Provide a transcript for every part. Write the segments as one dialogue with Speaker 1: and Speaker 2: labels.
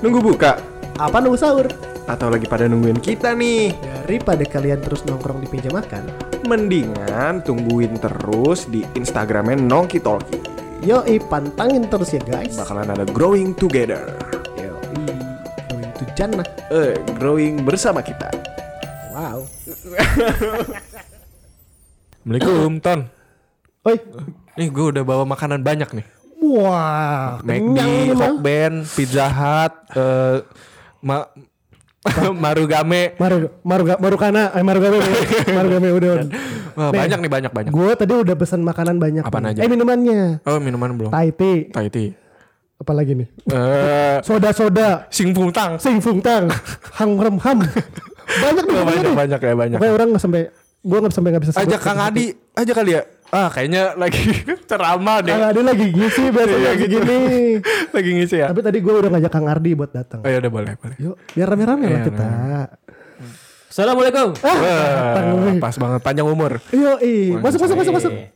Speaker 1: Nunggu buka?
Speaker 2: Apa nunggu sahur?
Speaker 1: Atau lagi pada nungguin kita nih?
Speaker 2: Daripada kalian terus nongkrong di meja makan,
Speaker 1: Mendingan tungguin terus di Instagramnya Nongki Talki.
Speaker 2: yoi pantangin terus ya guys.
Speaker 1: Bakalan ada growing together.
Speaker 2: Yoi, going to jannah.
Speaker 1: Eh, growing bersama kita.
Speaker 2: Wow.
Speaker 3: Assalamualaikum Ton.
Speaker 2: Oi.
Speaker 3: Nih gue udah bawa makanan banyak nih.
Speaker 2: Wah,
Speaker 3: McD,
Speaker 2: kenyang ini
Speaker 3: Hot
Speaker 2: mah.
Speaker 3: Ben, Pizza Hut, eh, ma Marugame.
Speaker 2: Maru, maruga, marukana, eh, marugame, marugame udon.
Speaker 3: Wah,
Speaker 2: Nih.
Speaker 3: banyak nih banyak banyak.
Speaker 2: Gue tadi udah pesan makanan banyak.
Speaker 3: Apaan
Speaker 2: nih.
Speaker 3: aja?
Speaker 2: Eh minumannya.
Speaker 3: Oh minuman belum.
Speaker 2: Thai tea,
Speaker 3: Tai ti.
Speaker 2: apalagi nih?
Speaker 3: Eh,
Speaker 2: Soda-soda,
Speaker 3: sing Pung tang.
Speaker 2: sing fung tang, hang rem ham. Banyak nih
Speaker 3: Wah,
Speaker 2: pokoknya
Speaker 3: banyak
Speaker 2: nih.
Speaker 3: banyak ya banyak.
Speaker 2: Pokoknya orang nggak sampai gue nggak sampai nggak bisa sebut.
Speaker 3: Ajak Kang Adi aja kali ya. Ah kayaknya lagi ceramah deh.
Speaker 2: Kang Adi lagi gisi biasanya
Speaker 3: Iya,
Speaker 2: lagi
Speaker 3: gitu.
Speaker 2: gini.
Speaker 3: lagi ngisi ya.
Speaker 2: Tapi tadi gue udah ngajak Kang Ardi buat datang.
Speaker 3: Oh ya udah boleh boleh.
Speaker 2: Yuk, biar rame-rame lah
Speaker 3: Iya,
Speaker 2: kita.
Speaker 4: Assalamualaikum.
Speaker 3: Ah, Wah, Eh, pas banget panjang umur.
Speaker 2: Yuk, ih, masuk masuk masuk masuk.
Speaker 4: Eh,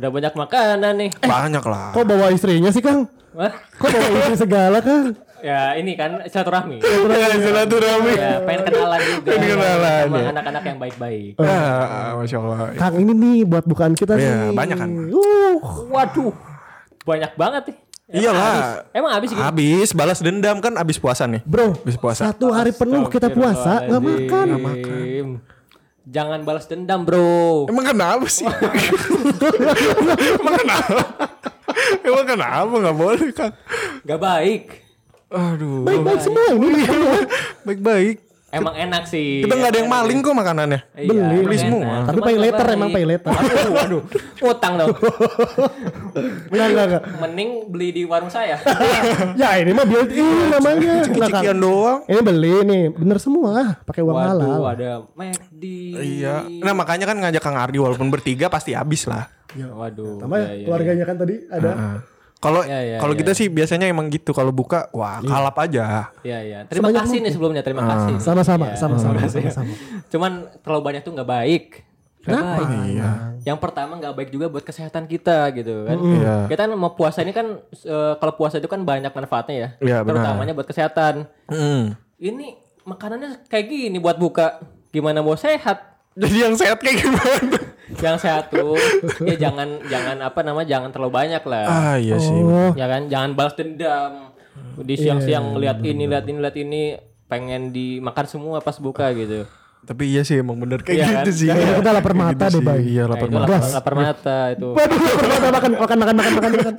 Speaker 4: Udah banyak makanan nih.
Speaker 3: Banyak lah.
Speaker 2: Kok bawa istrinya sih Kang?
Speaker 4: Wah,
Speaker 2: Kok bawa istri segala Kang?
Speaker 4: ya ini kan silaturahmi.
Speaker 3: Ya, silaturahmi.
Speaker 2: Iya.
Speaker 4: Ya, pengen kenalan juga.
Speaker 3: Pengen kenalan,
Speaker 4: sama
Speaker 3: ya.
Speaker 4: anak-anak yang baik-baik.
Speaker 3: Ah, Masya Allah.
Speaker 2: Kang ini nih buat bukaan kita
Speaker 3: Iya,
Speaker 2: nih.
Speaker 3: banyak, Kang.
Speaker 2: Uh,
Speaker 4: Waduh, banyak banget nih. Emang
Speaker 3: Iyalah.
Speaker 4: habis? Emang habis gitu.
Speaker 3: Abis balas dendam kan abis puasa nih.
Speaker 2: bro,
Speaker 3: Habis puasa.
Speaker 2: satu hari penuh kita puasa nggak makan.
Speaker 4: makan. Jangan balas dendam, Bro.
Speaker 3: Emang kenapa sih? Emang kenapa? Emang kenapa nggak boleh kan?
Speaker 4: Gak baik.
Speaker 3: Aduh.
Speaker 2: Baik-baik semua ini.
Speaker 3: Iya. Baik-baik.
Speaker 4: Emang enak sih.
Speaker 3: Kita nggak ada yang maling kok makanannya.
Speaker 4: Iya,
Speaker 2: Beli,
Speaker 4: emang
Speaker 3: beli
Speaker 4: enak.
Speaker 3: semua.
Speaker 4: Cuman
Speaker 2: Tapi pay
Speaker 4: nggak
Speaker 2: later
Speaker 4: baik.
Speaker 2: emang pay later.
Speaker 4: Waduh, waduh. Utang dong.
Speaker 2: Enggak enggak enggak.
Speaker 4: Mending beli di warung saya.
Speaker 2: Ya ini mah built in namanya. Nah, Kang,
Speaker 3: Cikian Iya, doang.
Speaker 2: Ini beli nih, bener semua, pakai uang halal.
Speaker 4: Waduh, ada McD.
Speaker 3: Iya. Nah makanya kan ngajak Kang Ardi walaupun bertiga pasti habis lah. Ya,
Speaker 4: Waduh.
Speaker 2: Sama keluarganya kan tadi ada.
Speaker 3: Ah, Kalau
Speaker 4: Iya, iya,
Speaker 3: kalau
Speaker 4: iya,
Speaker 3: kita sih biasanya emang gitu kalau buka wah kalap aja.
Speaker 4: Iya, iya. Terima
Speaker 2: Sebanyak
Speaker 4: kasih nih sebelumnya, terima
Speaker 3: Ah,
Speaker 4: kasih.
Speaker 2: Sama-sama,
Speaker 4: Iya.
Speaker 2: sama-sama, sama-sama.
Speaker 4: Cuman terlalu banyak tuh nggak baik. Nggak baik. Yang pertama nggak baik juga buat kesehatan kita gitu kan.
Speaker 3: Iya.
Speaker 4: Kita kan mau puasa ini kan eh, kalau puasa itu kan banyak manfaatnya ya.
Speaker 3: Iya, benar.
Speaker 4: Terutamanya buat kesehatan.
Speaker 3: Mm.
Speaker 4: Ini makanannya kayak gini buat buka. Gimana mau sehat?
Speaker 3: Jadi yang sehat kayak gimana?
Speaker 4: Yang sehat tuh ya jangan jangan apa nama jangan terlalu banyak lah.
Speaker 3: Ah iya sih.
Speaker 2: Oh,
Speaker 4: ya kan jangan balas dendam di
Speaker 2: Iya,
Speaker 4: siang-siang lihat ini lihat ini lihat ini pengen dimakan semua pas buka gitu
Speaker 3: Tapi iya sih emang bener kayak
Speaker 4: Iya kan?
Speaker 3: gitu sih.
Speaker 2: Iya,
Speaker 3: Kayak
Speaker 2: kita lapar
Speaker 3: gitu
Speaker 2: mata
Speaker 3: sih.
Speaker 2: deh, Bay.
Speaker 3: Iya
Speaker 4: Nah,
Speaker 3: lapar
Speaker 4: itu
Speaker 3: mata.
Speaker 4: lapar, lapar mata itu
Speaker 2: Waduh, makan, makan, makan, makan, makan, makan, makan.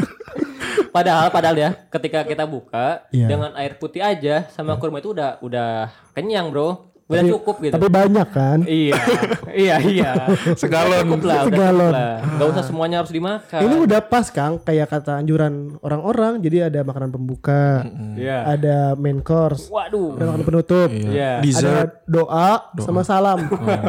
Speaker 4: padahal padahal ya ketika kita buka
Speaker 2: Iya.
Speaker 4: dengan air putih aja sama kurma itu udah udah kenyang bro udah
Speaker 2: Tapi-
Speaker 4: cukup gitu
Speaker 2: Tapi banyak kan?
Speaker 4: iya iya iya
Speaker 3: Segalon.
Speaker 4: Udah cukup lah udah
Speaker 2: Segalon.
Speaker 4: cukup lah nggak usah semuanya harus dimakan
Speaker 2: Ini udah pas Kang, kayak kata anjuran orang-orang. Jadi ada makanan pembuka,
Speaker 4: Iya.
Speaker 2: ada main course, ada
Speaker 4: waduh
Speaker 2: makanan penutup,
Speaker 4: Iya.
Speaker 3: Dessert.
Speaker 2: ada doa, sama salam.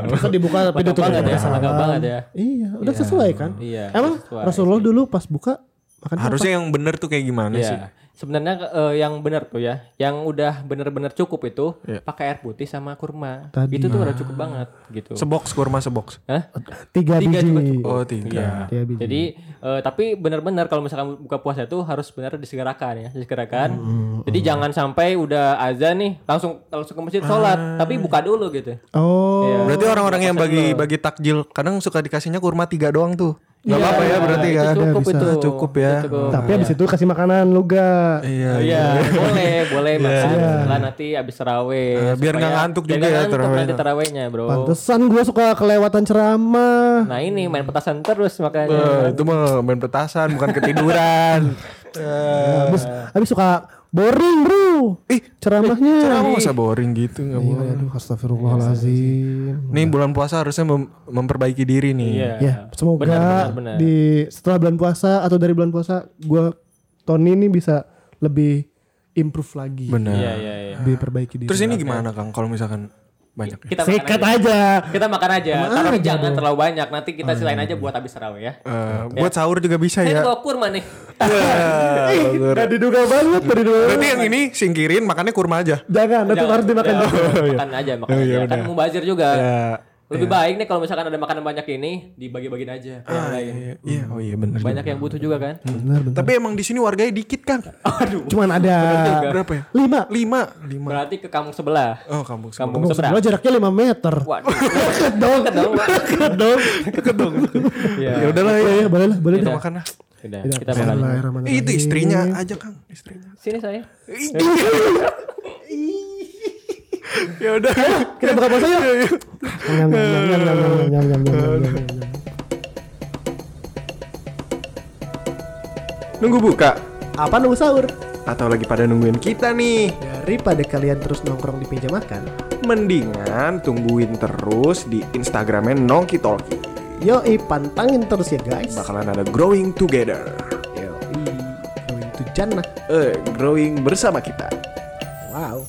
Speaker 2: Terus kan dibuka
Speaker 4: Banyak
Speaker 2: penutup
Speaker 4: banget ya,
Speaker 2: salam.
Speaker 4: agak banget ya.
Speaker 2: Iya, udah sesuai kan?
Speaker 4: Iya,
Speaker 2: Emang
Speaker 4: sesuai.
Speaker 2: Rasulullah dulu pas buka makan
Speaker 3: Harusnya yang bener tuh kayak gimana
Speaker 4: Iya.
Speaker 3: sih?
Speaker 4: Sebenarnya eh, yang benar tuh ya, yang udah benar-benar cukup itu
Speaker 3: Iya.
Speaker 4: pakai air putih sama kurma.
Speaker 2: Tadi.
Speaker 4: Itu tuh udah cukup banget gitu.
Speaker 3: Sebox kurma sebox.
Speaker 4: Hah?
Speaker 2: tiga,
Speaker 4: Tiga juga
Speaker 2: biji.
Speaker 3: Oh tiga.
Speaker 2: Tiga biji.
Speaker 4: Jadi eh, tapi benar-benar kalau misalkan buka puasa itu harus benar disegerakan ya, disegerakan.
Speaker 3: Hmm.
Speaker 4: Jadi jangan sampai udah azan nih langsung langsung ke masjid sholat,
Speaker 3: Ah.
Speaker 4: tapi buka dulu gitu.
Speaker 2: Oh,
Speaker 4: Iya.
Speaker 3: Berarti orang-orang yang bagi bagi takjil kadang suka dikasihnya kurma tiga doang tuh. Gak apa-apa ya berarti
Speaker 4: Iya, itu
Speaker 3: kan.
Speaker 4: cukup
Speaker 2: bisa.
Speaker 4: itu.
Speaker 3: Cukup ya.
Speaker 4: Itu cukup.
Speaker 2: tapi abis itu kasih makanan lu ga?
Speaker 3: Iya.
Speaker 4: Iya, boleh, boleh makan setelah nanti abis terawih.
Speaker 3: Eh, biar nggak
Speaker 4: supaya-
Speaker 3: ngantuk
Speaker 4: biar
Speaker 3: juga
Speaker 4: nggak
Speaker 3: ya
Speaker 4: ngantuk
Speaker 3: terawihnya.
Speaker 4: nanti terawihnya, bro.
Speaker 2: Pantesan gue suka kelewatan ceramah.
Speaker 4: Nah ini main petasan terus makanya.
Speaker 3: Eh, itu mah main petasan bukan ketiduran. Eh,
Speaker 2: Habis habis suka boring bro. Ih ceramahnya. Iya,
Speaker 3: Kenapa masa boring gitu nggak boleh.
Speaker 2: Aduh astagfirullahalazim.
Speaker 3: Nih bulan puasa harusnya mem- memperbaiki diri nih.
Speaker 4: Iya.
Speaker 2: Ya semoga
Speaker 4: Benar, benar, benar.
Speaker 2: di setelah bulan puasa atau dari bulan puasa gue Tony ini bisa lebih improve lagi,
Speaker 3: Benar.
Speaker 4: Iya iya iya.
Speaker 2: lebih perbaiki diri.
Speaker 3: Terus ini gimana Kang kalau misalkan banyak ya?
Speaker 4: Kita makan
Speaker 2: Sikat
Speaker 4: aja.
Speaker 2: aja.
Speaker 4: Kita makan aja. Tapi jangan terlalu banyak. Nanti kita silain aja buat habis terawih ya.
Speaker 3: Eh, buat sahur juga bisa
Speaker 2: Iya.
Speaker 4: Saya
Speaker 3: ya.
Speaker 4: bawa kurma nih.
Speaker 3: Iya.
Speaker 2: Gak diduga banget, gak diduga.
Speaker 3: Berarti yang ini singkirin makannya kurma aja.
Speaker 2: Jangan, nanti
Speaker 4: Jangan. Iya.
Speaker 2: harus dimakan. Iya. Oh,
Speaker 4: Jangan, Makan aja, makan aja. Kan mubazir juga.
Speaker 3: Ya,
Speaker 4: Lebih baik nih kalau misalkan ada makanan banyak ini dibagi-bagiin
Speaker 2: Ah,
Speaker 4: aja ke yang lain.
Speaker 3: Iya, iya, oh iya benar.
Speaker 4: Banyak yang butuh juga kan?
Speaker 2: Bener, bener.
Speaker 3: Tapi emang di sini warganya dikit kan?
Speaker 4: Aduh.
Speaker 2: Cuman ada
Speaker 3: Berapa ya?
Speaker 2: lima.
Speaker 3: Lima, lima.
Speaker 4: Berarti ke kampung sebelah.
Speaker 3: Oh kampung sebelah.
Speaker 4: Kampung sebelah.
Speaker 2: Sebelah jaraknya 5 meter.
Speaker 4: Waduh.
Speaker 2: Deket dong. Deket dong. Deket dong.
Speaker 3: Ya udahlah ya.
Speaker 2: Iya, iya, boleh lah, boleh
Speaker 3: Kita
Speaker 2: lah.
Speaker 3: makan lah.
Speaker 4: Udah, kita
Speaker 2: Iya.
Speaker 4: makan aja.
Speaker 3: Eh, itu istrinya aja Kang, istrinya.
Speaker 4: Sini saya.
Speaker 3: Ih, ya udah.
Speaker 2: Kita buka puasa yuk. Nyam, nyam, nyam, nyam, nyam, nyam, nyam, nyam, nyam, nyam, nyam, nyam.
Speaker 1: Nunggu buka
Speaker 2: Apa nunggu sahur?
Speaker 1: atau lagi pada nungguin kita nih?
Speaker 2: Daripada kalian terus nongkrong di meja makan,
Speaker 1: Mendingan tungguin terus di Instagramnya Nongki Talki.
Speaker 2: yoi pantangin terus ya guys.
Speaker 1: Bakalan ada growing together.
Speaker 2: Yoi, going to jannah.
Speaker 1: Eh, growing bersama kita.
Speaker 2: Wow.